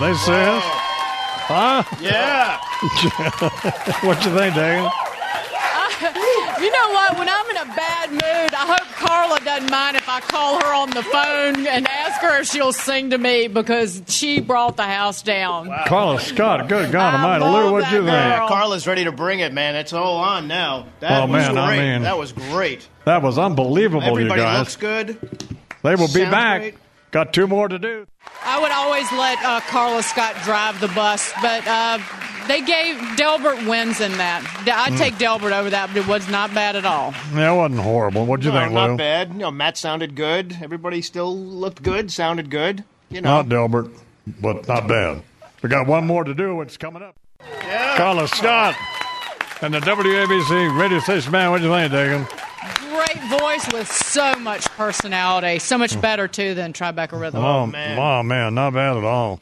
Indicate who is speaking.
Speaker 1: They says, huh?
Speaker 2: Yeah.
Speaker 1: What you think, Daniel?
Speaker 3: You know what? When I'm in a bad mood, I hope Carla doesn't mind if I call her on the phone and ask her if she'll sing to me because she brought the house down.
Speaker 1: Carla Scott, good God
Speaker 3: I
Speaker 1: Almighty, Lou,
Speaker 3: love
Speaker 1: what you think?
Speaker 3: that girl.
Speaker 2: Carla's ready to bring it, man. It's all on now. That
Speaker 1: Oh,
Speaker 2: was
Speaker 1: man, I
Speaker 2: great.
Speaker 1: mean-
Speaker 2: that was great.
Speaker 1: That was unbelievable,
Speaker 2: Everybody
Speaker 1: you guys.
Speaker 2: looks good.
Speaker 1: they will be
Speaker 2: sounds
Speaker 1: back.
Speaker 2: great.
Speaker 1: Got two more to do.
Speaker 3: I would always let uh, Carla Scott drive the bus, but uh, they gave Delbert wins in that. I'd take Delbert over that, but it was not bad at all.
Speaker 1: That wasn't horrible. What'd you
Speaker 2: No,
Speaker 1: think,
Speaker 2: Oh, not
Speaker 1: Lou?
Speaker 2: bad. You know, Matt sounded good. Everybody still looked good, sounded good. You know.
Speaker 1: Not Delbert, but not bad. We got one more to do. It's coming up. Carla Scott and the WABC radio station man. What do you think, Dagan?
Speaker 3: Great voice with so much personality, so much better too than Tribeca Rhythm.
Speaker 1: Oh,
Speaker 2: man.
Speaker 1: oh, man, not bad at all.